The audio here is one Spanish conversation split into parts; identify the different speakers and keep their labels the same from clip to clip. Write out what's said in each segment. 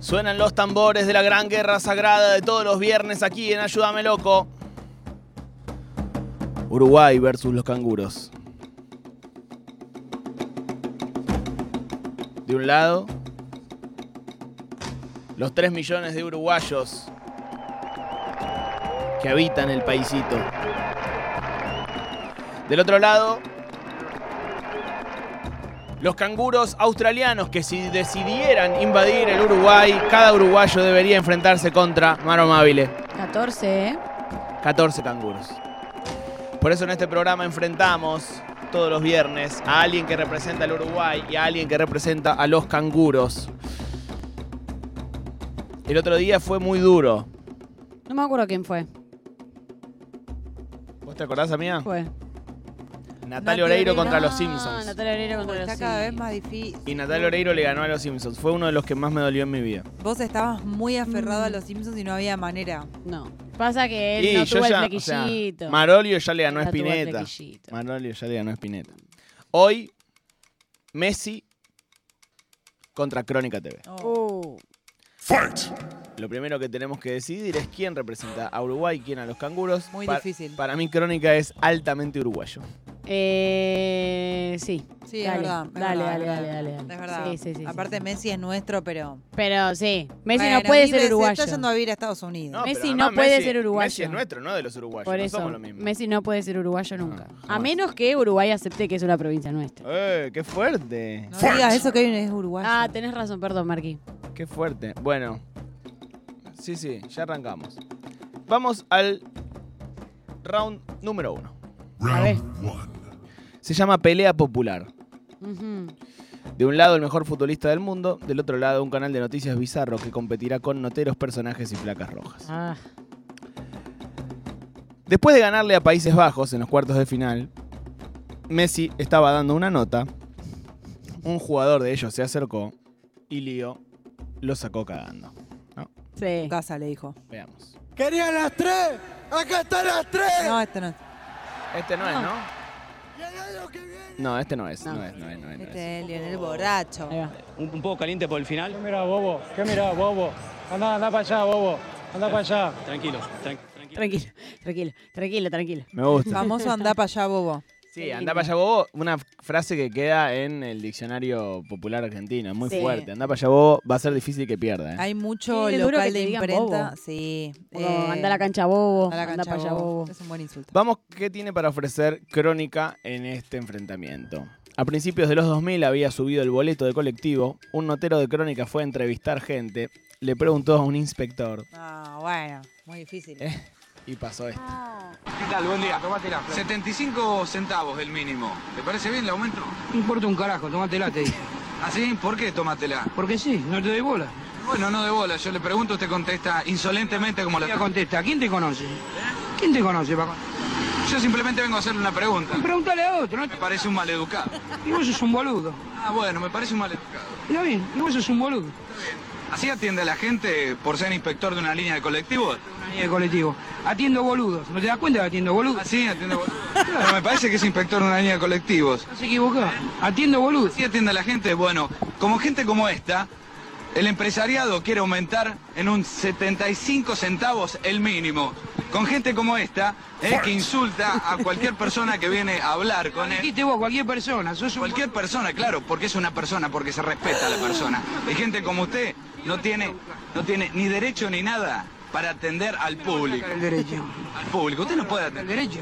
Speaker 1: Suenan los tambores de la gran guerra sagrada de todos los viernes aquí en Ayúdame Loco. Uruguay versus los canguros. De un lado, los 3 millones de uruguayos que habitan el paisito. Del otro lado, los canguros australianos que si decidieran invadir el Uruguay, cada uruguayo debería enfrentarse contra Maro Amabile.
Speaker 2: 14, ¿eh?
Speaker 1: 14 canguros. Por eso en este programa enfrentamos todos los viernes a alguien que representa al Uruguay y a alguien que representa a los canguros. El otro día fue muy duro.
Speaker 2: No me acuerdo quién fue.
Speaker 1: ¿Vos te acordás, amiga?
Speaker 2: Fue.
Speaker 1: Natalia Oreiro contra los
Speaker 2: Ah,
Speaker 1: Simpsons.
Speaker 2: Natalia Oreiro contra los
Speaker 3: Está cada vez
Speaker 2: Simpsons.
Speaker 3: más difícil.
Speaker 1: Y Natalia Oreiro le ganó a los Simpsons. Fue uno de los que más me dolió en mi vida.
Speaker 3: Vos estabas muy aferrado
Speaker 2: Mm.
Speaker 3: a los Simpsons y no había manera.
Speaker 2: No. Pasa que él
Speaker 1: Y
Speaker 2: no
Speaker 1: yo
Speaker 2: tuvo el
Speaker 1: ya, o sea,
Speaker 2: flequillito.
Speaker 1: Marolio ya le ganó a
Speaker 2: Ya tuvo el
Speaker 1: Spinetta.
Speaker 2: flequillito.
Speaker 1: Marolio ya le ganó a Spinetta. Hoy, Messi contra Crónica TV.
Speaker 2: Uh,
Speaker 1: Lo primero que tenemos que decidir es quién representa a Uruguay, quién a los canguros.
Speaker 3: Muy
Speaker 1: Pa-
Speaker 3: difícil.
Speaker 1: Para mí, Crónica es altamente uruguayo.
Speaker 2: eh, sí.
Speaker 3: Sí,
Speaker 2: Dale,
Speaker 3: es verdad. es
Speaker 2: dale,
Speaker 3: verdad,
Speaker 2: dale,
Speaker 3: es verdad.
Speaker 2: dale, dale.
Speaker 3: Es verdad.
Speaker 2: Sí, sí, sí, sí,
Speaker 3: Aparte,
Speaker 2: sí.
Speaker 3: Messi es nuestro, pero.
Speaker 2: Pero sí. Messi no
Speaker 3: Bueno,
Speaker 2: puede
Speaker 3: vive-
Speaker 2: ser
Speaker 3: Se
Speaker 2: uruguayo.
Speaker 3: está yendo a vivir a Estados Unidos.
Speaker 2: Messi
Speaker 1: pero
Speaker 2: no
Speaker 1: además
Speaker 2: puede ser uruguayo.
Speaker 1: Messi es nuestro, no de los uruguayos.
Speaker 2: Por
Speaker 1: no
Speaker 2: eso,
Speaker 1: somos lo mismo. Ah,
Speaker 2: Messi no puede ser uruguayo nunca. a
Speaker 1: jamás.
Speaker 2: menos que Uruguay acepte que es una provincia nuestra.
Speaker 1: ¡Eh, qué fuerte!
Speaker 3: No digas eso que hoy es uruguayo.
Speaker 2: Ah, tenés razón, perdón, Marquí.
Speaker 1: Qué fuerte. Bueno. Sí, sí, ya arrancamos. Vamos al round número uno.
Speaker 2: A ver.
Speaker 1: Se llama Pelea Popular.
Speaker 2: Ujú.
Speaker 1: De un lado el mejor futbolista del mundo, del otro lado un canal de noticias bizarro que competirá con noteros, personajes y placas rojas.
Speaker 2: Ah,
Speaker 1: Después de ganarle a Países Bajos en los cuartos de final, Messi estaba dando una nota, un jugador de ellos se acercó y Lío lo sacó cagando.
Speaker 2: sí.
Speaker 3: Casa le dijo.
Speaker 1: Veamos.
Speaker 4: Querían las tres, acá están las tres.
Speaker 3: No, este no.
Speaker 1: Este no es, ¿no?
Speaker 4: Y el año que viene.
Speaker 1: No, este no es, no,
Speaker 2: No.
Speaker 1: es, no es, no es. no es.
Speaker 3: Este es Lionel borracho.
Speaker 2: Ahí va.
Speaker 5: un, un poco caliente por el final.
Speaker 6: ¿Qué mirá, bobo? ¿Qué mirá, bobo? Andá, andá para allá, bobo. Andá para allá.
Speaker 5: Tranquilo, tran- tranquilo.
Speaker 2: Tranquilo, tranquilo, tranquilo, tranquilo.
Speaker 1: Me gusta.
Speaker 3: Famoso andá para allá, bobo.
Speaker 1: Sí,
Speaker 2: Qué
Speaker 1: anda
Speaker 2: lindo.
Speaker 1: para allá bobo, una frase que queda en el diccionario popular argentino, es muy
Speaker 2: Sí.
Speaker 1: fuerte. Anda para allá bobo, va a ser difícil que pierda. ¿eh?
Speaker 3: Hay mucho
Speaker 2: Sí, es duro que
Speaker 3: local
Speaker 2: te
Speaker 3: de
Speaker 2: digan
Speaker 3: imprenta.
Speaker 2: bobo.
Speaker 3: Sí.
Speaker 2: O
Speaker 3: eh,
Speaker 2: anda a la cancha bobo,
Speaker 3: a la
Speaker 2: anda
Speaker 3: cancha
Speaker 2: para allá bobo.
Speaker 3: Es un buen insulto.
Speaker 1: Vamos, ¿qué tiene para ofrecer Crónica en este enfrentamiento? A principios de los 2000 había subido el boleto de colectivo, un notero de Crónica fue a entrevistar gente, le preguntó a un inspector
Speaker 3: Ah, bueno. Muy difícil.
Speaker 1: Eh. y pasó esto.
Speaker 2: Ah,
Speaker 7: ¿Qué tal? Buen día. 75 centavos el mínimo. ¿Te parece bien el aumento?
Speaker 8: No importa un carajo, tomátela, te dije.
Speaker 7: ¿Así? ¿Por qué tomátela?
Speaker 8: Porque sí, no te doy bola.
Speaker 7: Bueno, no de bola. Yo le pregunto, usted contesta insolentemente como
Speaker 8: Ella
Speaker 7: la...
Speaker 8: contesta, ¿quién te conoce? ¿Quién te conoce, Paco?
Speaker 7: Yo simplemente vengo a hacerle una pregunta.
Speaker 8: Pregúntale a otro, ¿no?
Speaker 7: Me parece un maleducado.
Speaker 8: Y vos sos un boludo.
Speaker 7: Ah, bueno, me parece un maleducado.
Speaker 8: Está bien, y vos sos un boludo.
Speaker 7: ¿Así atiende a la gente por ser inspector de una línea de colectivos?
Speaker 8: Una línea de colectivo. Atiendo boludos. ¿No te das cuenta que atiendo boludos?
Speaker 7: ¿Así atiende a... Claro, me parece que es inspector de una línea de colectivos.
Speaker 8: Estás equivocado. Atiendo boludos.
Speaker 7: ¿Así atiende a la gente? Bueno, como gente como esta... El empresariado quiere aumentar en un 75 centavos el mínimo. Con gente como esta, eh, que insulta a cualquier persona que viene a hablar con él.
Speaker 8: Dijiste vos, cualquier persona, sos un
Speaker 7: Cualquier persona, claro, porque es una persona, porque se respeta a la persona. Y gente como usted no tiene, no tiene ni derecho ni nada para atender al público.
Speaker 8: boludo. el derecho.
Speaker 7: Al público, usted no puede
Speaker 8: El
Speaker 7: atender.
Speaker 8: derecho.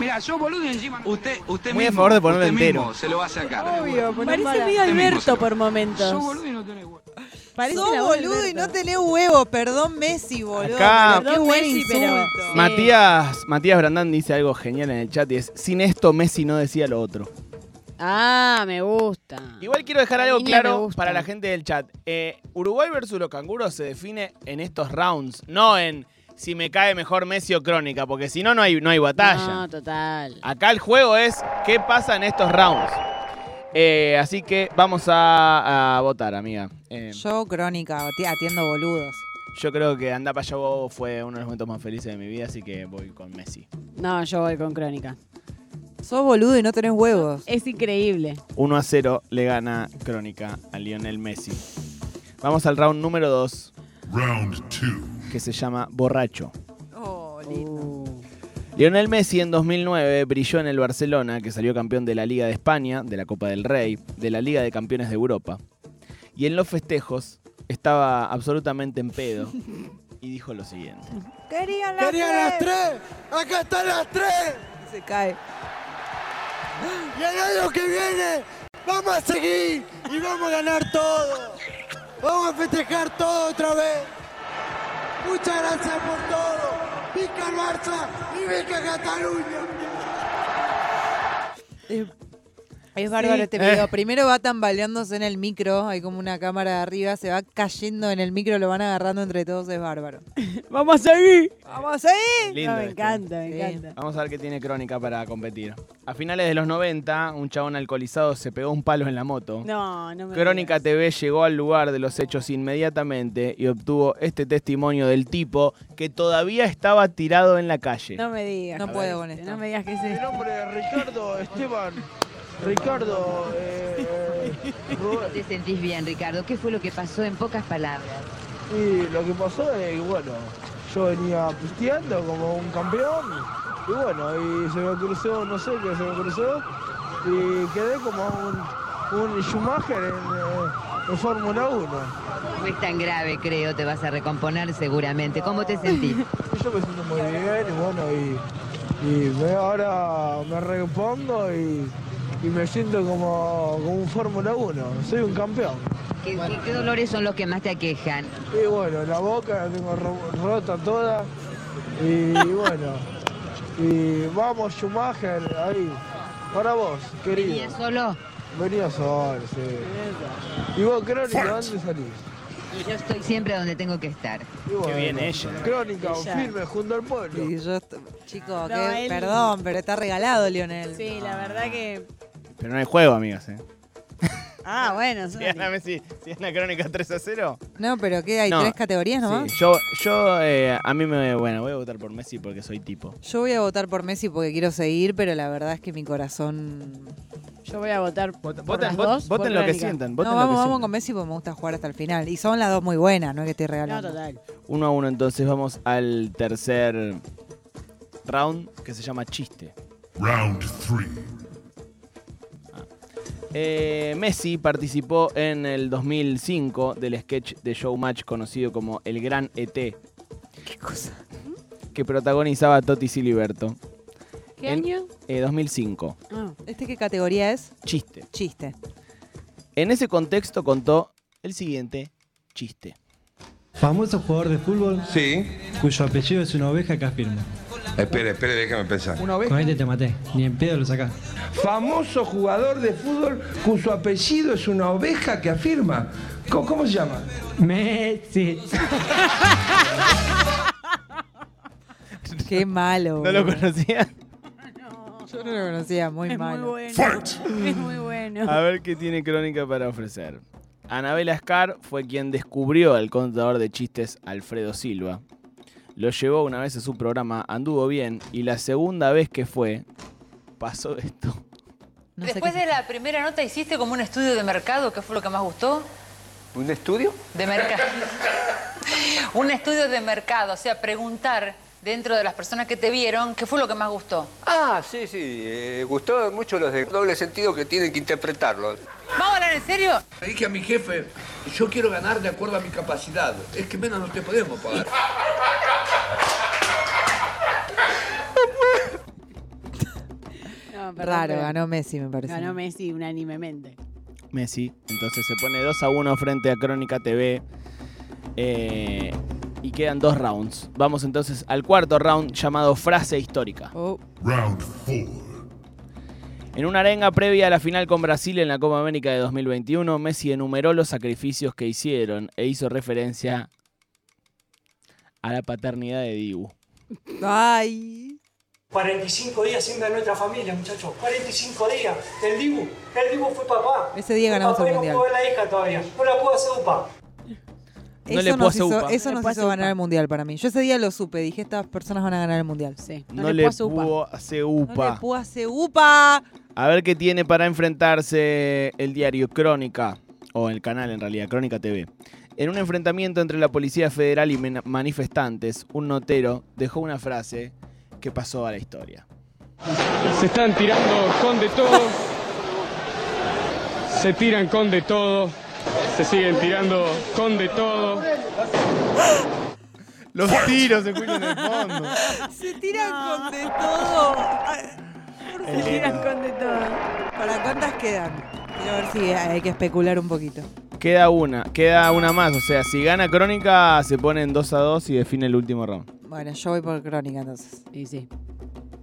Speaker 8: Mirá, sos boludo y encima... no-
Speaker 7: Usted, usted
Speaker 1: Muy a
Speaker 7: mismo,
Speaker 1: favor de ponerlo
Speaker 7: usted mismo
Speaker 1: entero.
Speaker 7: se lo va a sacar.
Speaker 2: Parece medio
Speaker 7: Este mismo se
Speaker 2: Alberto
Speaker 7: lo-
Speaker 2: por
Speaker 8: Sos
Speaker 2: momentos.
Speaker 8: boludo y no tenés bola.
Speaker 2: Parece
Speaker 3: Sos
Speaker 2: la voz de
Speaker 3: boludo y no
Speaker 2: Alberto.
Speaker 3: tenés huevo. Perdón, Messi, boludo.
Speaker 1: Acá-
Speaker 3: pero Qué
Speaker 2: Perdón,
Speaker 3: buen
Speaker 2: Messi, pero-
Speaker 3: insulto.
Speaker 2: Ma-
Speaker 1: Matías, Matías Brandán dice algo genial en el chat y es, sin esto Messi no decía lo otro.
Speaker 2: Ah, me gusta.
Speaker 1: Igual quiero dejar algo
Speaker 2: Niña, me
Speaker 1: claro
Speaker 2: gusta.
Speaker 1: para la gente del chat. Eh, Uruguay versus los canguros se define en estos rounds, no en si me cae mejor Messi o Crónica, porque si no, no hay, no hay batalla.
Speaker 2: No, total.
Speaker 1: Acá el juego es qué pasa en estos rounds. Eh, así que vamos a, a votar, amiga. Eh, yo,
Speaker 3: Yo, crónica, ati- atiendo boludos.
Speaker 1: creo que Anda para allá Bobo fue uno de los momentos más felices de mi vida, así que voy con Messi.
Speaker 2: No, yo voy con Crónica.
Speaker 3: Sos boludo y no tenés huevos.
Speaker 2: Es increíble.
Speaker 1: 1 a 0 le gana Crónica a Lionel Messi. Vamos al round número 2,
Speaker 9: Round two.
Speaker 1: que se llama Borracho.
Speaker 3: Oh, lindo.
Speaker 2: Uh,
Speaker 1: Lionel Messi en 2009 brilló en el Barcelona, que salió campeón de la Liga de España, de la Copa del Rey, de la Liga de Campeones de Europa. Y en los festejos estaba absolutamente en pedo y dijo lo siguiente.
Speaker 3: Querían las
Speaker 4: ¡Querían las
Speaker 3: tres.
Speaker 4: tres! ¡Acá están las tres!
Speaker 3: Se cae.
Speaker 4: Y el año que viene vamos a seguir y vamos a ganar todo. Vamos a festejar todo otra vez. Muchas gracias por todo. Vica Barça y Vica Cataluña.
Speaker 3: Es, es bárbaro este video. Primero va tambaleándose en el micro, hay como una cámara de arriba, se va cayendo en el micro, lo van agarrando entre todos, es bárbaro.
Speaker 2: ¡Vamos a seguir!
Speaker 3: ¡Vamos ahí!
Speaker 1: Lindo
Speaker 2: No, me
Speaker 1: este.
Speaker 2: encanta, me
Speaker 3: Sí.
Speaker 2: encanta.
Speaker 1: Vamos a ver qué tiene Crónica para competir. A finales de los 90, un chabón alcoholizado se pegó un palo en la moto.
Speaker 2: No, no me
Speaker 1: Crónica
Speaker 2: digas.
Speaker 1: TV llegó al lugar de los hechos inmediatamente y obtuvo este testimonio del tipo que todavía estaba tirado en la calle.
Speaker 2: No me digas.
Speaker 3: No
Speaker 2: que
Speaker 3: puedo con
Speaker 2: existe,
Speaker 3: esto.
Speaker 2: No me digas que es
Speaker 4: Mi
Speaker 2: esto.
Speaker 4: nombre es Ricardo Esteban. Ricardo. eh, Rubén.
Speaker 10: te sentís bien, Ricardo? ¿Qué fue lo que pasó en pocas palabras?
Speaker 4: Y lo que pasó es que, bueno, yo venía pisteando como un campeón. Y bueno, y se me cruzó, no sé qué se me cruzó. Y quedé como un, un Schumacher en, eh, en Fórmula 1.
Speaker 10: No es tan grave, creo. Te vas a recomponer seguramente. ¿Cómo te sentís?
Speaker 4: Y yo me siento muy bien y bueno, y, y me- ahora me repongo y, y me siento como, como un Fórmula 1. Soy un campeón.
Speaker 10: ¿Qué, qué- qué dolores son los que más te aquejan?
Speaker 4: Y bueno, la boca la tengo ro- rota toda. Y bueno. Y vamos, Schumacher, ahí. Para vos, querido.
Speaker 10: ¿Venías solo?
Speaker 4: Venía sol, sí. Y vos, Crónica, ¿dónde salís?
Speaker 10: Y Yo estoy siempre donde tengo que estar.
Speaker 4: Y bueno,
Speaker 1: bien ella.
Speaker 4: Crónica,
Speaker 2: Ella.
Speaker 4: firme, junto al pueblo.
Speaker 3: Y yo, est- chico,
Speaker 2: No,
Speaker 3: qué-
Speaker 2: él-
Speaker 3: perdón, pero está regalado, Lionel.
Speaker 2: Sí, la verdad que.
Speaker 1: Pero no hay juego, amigas. ¿eh?
Speaker 2: Ah, bueno, son
Speaker 1: Si gana Messi, si gana Crónica 3 a 0.
Speaker 3: No, pero ¿qué? ¿Hay
Speaker 1: No.
Speaker 3: tres categorías nomás?
Speaker 1: Sí, yo, yo eh, a mí me. Bueno, voy a votar por Messi porque soy tipo.
Speaker 3: Yo voy a votar por Messi porque quiero seguir, pero la verdad es que mi corazón...
Speaker 2: Yo voy a votar.
Speaker 1: Voten,
Speaker 2: por las
Speaker 1: vot-
Speaker 2: dos,
Speaker 1: voten
Speaker 2: por
Speaker 1: lo que
Speaker 2: Crónica.
Speaker 1: sientan.
Speaker 3: No,
Speaker 1: Voten
Speaker 3: vamos,
Speaker 1: lo que
Speaker 3: vamos con
Speaker 1: sientan.
Speaker 3: Messi porque me gusta jugar hasta el final. Y son las dos muy buenas, no es que estoy
Speaker 2: No,
Speaker 3: regalando.
Speaker 2: total.
Speaker 1: Uno a uno, entonces vamos al tercer round que se llama chiste.
Speaker 9: Round three.
Speaker 1: Ah. Eh, Messi participó en el 2005 del sketch de Showmatch conocido como El Gran ET,
Speaker 3: ¿Qué cosa?
Speaker 1: que protagonizaba Totti Siliberto.
Speaker 2: ¿Qué
Speaker 1: En-
Speaker 2: año?
Speaker 1: Eh, 2005.
Speaker 2: Ah,
Speaker 3: ¿Este qué categoría es?
Speaker 1: Chiste.
Speaker 3: Chiste.
Speaker 1: En ese contexto contó el siguiente chiste.
Speaker 6: Famoso jugador de fútbol
Speaker 7: Sí.
Speaker 6: cuyo apellido es una oveja que afirma.
Speaker 7: Espere, espere, déjame pensar.
Speaker 4: Una vez.
Speaker 6: Con este te maté, ni en pedo lo sacás.
Speaker 4: Famoso jugador de fútbol cuyo apellido es una oveja que afirma. ¿Cómo, cómo se llama?
Speaker 6: Messi.
Speaker 3: Qué malo.
Speaker 1: ¿No lo
Speaker 3: boludo.
Speaker 1: conocían?
Speaker 3: Yo no lo conocía, muy
Speaker 2: es muy
Speaker 3: malo.
Speaker 2: bueno. Es muy bueno.
Speaker 1: A ver qué tiene Crónica para ofrecer. Anabela Scar fue quien descubrió al contador de chistes Alfredo Silva. Lo llevó una vez a su programa, anduvo bien, y la segunda vez que fue, pasó esto.
Speaker 3: No sé
Speaker 10: Después
Speaker 3: qué-
Speaker 10: de la primera nota hiciste como un estudio de mercado, ¿qué fue lo que más gustó?
Speaker 7: ¿Un estudio?
Speaker 10: De mercado. un estudio de mercado, o sea, preguntar dentro de las personas que te vieron, ¿qué fue lo que más gustó?
Speaker 8: Ah, sí, sí. eh, gustó mucho los de doble sentido que tienen que interpretarlo.
Speaker 10: ¿Vamos a hablar en serio?
Speaker 4: Le dije a mi jefe, yo quiero ganar de acuerdo a mi capacidad. Es que menos no te podemos pagar.
Speaker 2: No, perdón,
Speaker 3: Raro,
Speaker 2: pero
Speaker 3: ganó Messi, me parece.
Speaker 2: Ganó Messi unánimemente.
Speaker 1: Messi. Entonces se pone 2 a 1 frente a Crónica TV. Eh, y quedan dos rounds. Vamos entonces al cuarto round llamado Frase Histórica.
Speaker 3: Oh,
Speaker 9: Round four.
Speaker 1: En una arenga previa a la final con Brasil en la Copa América de 2021, Messi enumeró los sacrificios que hicieron e hizo referencia a la paternidad de Dibu.
Speaker 3: Ay.
Speaker 6: 45 días sin ver nuestra familia, muchachos. 45 días. El Dibu. El Dibu fue papá.
Speaker 3: Ese día
Speaker 6: Fue
Speaker 3: ganamos
Speaker 6: papá
Speaker 3: el
Speaker 6: y
Speaker 3: mundial.
Speaker 6: No pudo ver la hija todavía. No la pudo hacer upa.
Speaker 1: No le puedo
Speaker 3: eso nos
Speaker 1: hacer
Speaker 3: hizo,
Speaker 1: upa.
Speaker 3: eso
Speaker 2: No le
Speaker 3: nos
Speaker 2: puedo
Speaker 3: hizo
Speaker 2: hacer
Speaker 3: ganar
Speaker 2: upa.
Speaker 3: el mundial para mí. Yo ese día lo supe, dije, estas personas van a ganar el mundial.
Speaker 2: Sí.
Speaker 1: No,
Speaker 2: No,
Speaker 1: le,
Speaker 2: puedo supa.
Speaker 1: pudo hacer
Speaker 3: No le
Speaker 1: upa.
Speaker 3: puedo hacer upa.
Speaker 1: A ver qué tiene para enfrentarse el diario Crónica, o el canal en realidad, Crónica TV. En un enfrentamiento entre la Policía Federal y men- manifestantes, un notero dejó una frase que pasó a la historia.
Speaker 11: Se están tirando con de todo. Se tiran con de todo. Se siguen tirando con de todo.
Speaker 1: Los tiros se escuchan en el fondo.
Speaker 3: Se tiran con de todo.
Speaker 1: Se tiran
Speaker 3: con de todo. ¿Para cuántas quedan? Quiero ver si hay que especular un poquito.
Speaker 1: Queda una, queda una más. O sea, si gana Crónica, se ponen 2 a 2 y define el último round.
Speaker 3: Bueno, yo voy por crónica entonces.
Speaker 2: Y sí.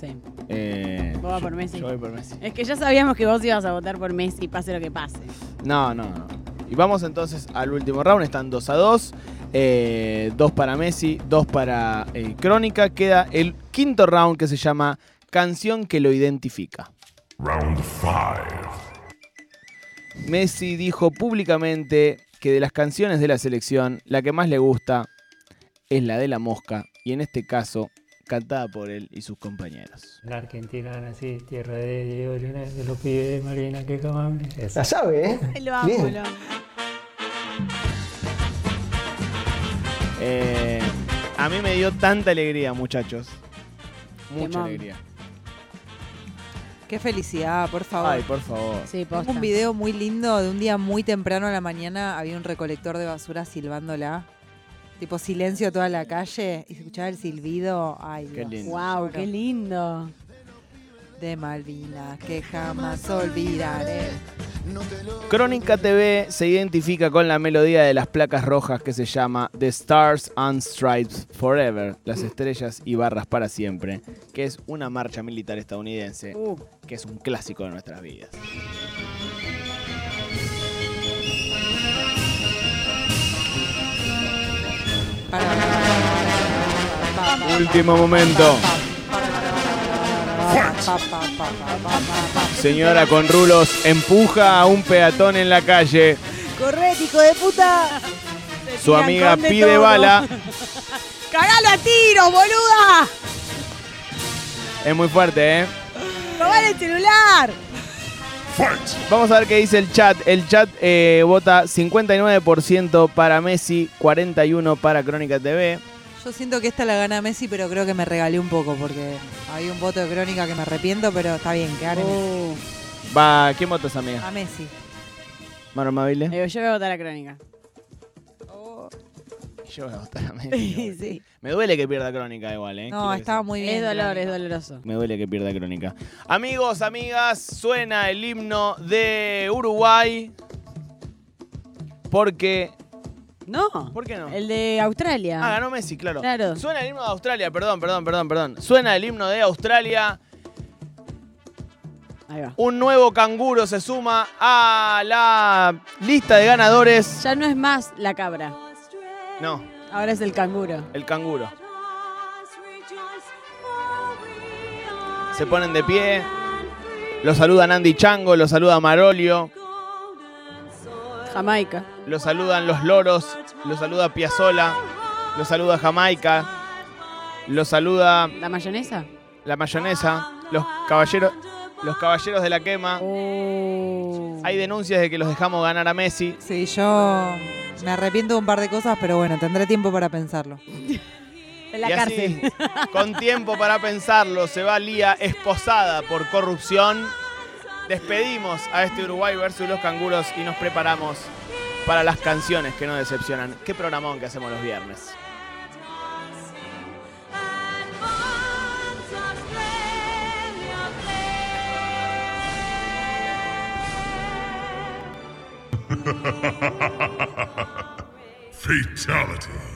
Speaker 2: Sí.
Speaker 1: Eh,
Speaker 2: Vos vas
Speaker 1: yo-
Speaker 2: por Messi.
Speaker 1: yo voy por Messi.
Speaker 2: Es que ya sabíamos que vos ibas a votar por Messi, pase lo que pase.
Speaker 1: No, no, no. Y vamos entonces al último round. Están 2 a 2. eh, dos para Messi, dos para eh, Crónica. Queda el quinto round que se llama Canción que lo identifica.
Speaker 9: Round 5.
Speaker 1: Messi dijo públicamente que de las canciones de la selección, la que más le gusta es la de la mosca. Y en este caso, cantada por él y sus compañeros.
Speaker 12: La Argentina nací, tierra de Diego Luna, de los pibes de Marina, que camable.
Speaker 4: La sabe, ¿eh?
Speaker 2: Lo amo,
Speaker 4: Bien.
Speaker 2: lo amo.
Speaker 1: Eh, a mí me dio tanta alegría, muchachos. Mucha
Speaker 3: Temón.
Speaker 1: alegría.
Speaker 3: Qué felicidad, por favor.
Speaker 1: Ay, por favor.
Speaker 3: Tengo un video muy lindo de un día muy temprano a la mañana. Había un recolector de basura silbándola. Tipo silencio toda la calle. Y se escuchaba el silbido. Ay,
Speaker 1: Qué lindo.
Speaker 2: Guau, qué lindo.
Speaker 3: De Malvinas, que jamás olvidaré.
Speaker 1: Crónica TV se identifica con la melodía de las placas rojas que se llama The Stars and Stripes Forever, las estrellas y barras para siempre, que es una marcha militar estadounidense, que es un clásico de nuestras vidas. Último momento. Señora con rulos empuja a un peatón en la calle.
Speaker 3: ¡Corre, hijo de puta!
Speaker 1: Su amiga pide bala.
Speaker 3: ¡Cagalo a tiros, boluda!
Speaker 1: Es muy fuerte, ¿eh?
Speaker 3: ¡Robale el celular!
Speaker 1: Vamos a ver qué dice el chat. El chat eh, vota 59% para Messi, 41% para Crónica TV.
Speaker 3: Yo siento que esta la gana Messi, pero creo que me regalé un poco porque había un voto de crónica que me arrepiento, pero está bien, quedar en-
Speaker 2: Uh.
Speaker 1: Va, ¿quién vota esa amiga?
Speaker 3: a Messi.
Speaker 1: Maro Mabile.
Speaker 2: Pero Eh, yo voy a votar a Crónica.
Speaker 3: Oh.
Speaker 1: Yo voy a votar a Messi.
Speaker 2: sí.
Speaker 1: Me duele que pierda Crónica igual, ¿eh? Quiero
Speaker 2: No,
Speaker 1: que
Speaker 2: estaba
Speaker 3: muy
Speaker 2: bien. Es dolor, es doloroso.
Speaker 1: Me duele que pierda Crónica. Amigos, amigas, suena el himno de Uruguay. Porque.
Speaker 2: No.
Speaker 1: ¿Por qué no?
Speaker 2: El de Australia.
Speaker 1: Ah, ganó Messi, claro.
Speaker 2: Claro.
Speaker 1: Suena el himno de Australia, perdón, perdón, perdón, perdón. Suena el himno de Australia. Un nuevo canguro se suma a la lista de ganadores.
Speaker 2: Ya no es más la cabra.
Speaker 1: No,
Speaker 2: Ahora es el canguro.
Speaker 1: el canguro. Se ponen de pie. Lo saludan Andy Chango, lo saluda Marolio,
Speaker 2: Jamaica.
Speaker 1: lo saludan los loros, lo saluda Piazzola, lo saluda Jamaica, lo saluda
Speaker 2: ¿La mayonesa?
Speaker 1: la mayonesa, los caballeros, los caballeros de la quema. Hay denuncias de que los dejamos ganar a Messi.
Speaker 3: Sí, yo me arrepiento de un par de cosas, pero bueno, tendré tiempo para pensarlo.
Speaker 2: En la
Speaker 1: Y así,
Speaker 2: cárcel.
Speaker 1: con tiempo para pensarlo, se va Lía esposada por corrupción. Despedimos a este Uruguay versus los canguros y nos preparamos para las canciones que no decepcionan. Qué programón que hacemos los viernes.
Speaker 9: Fatality.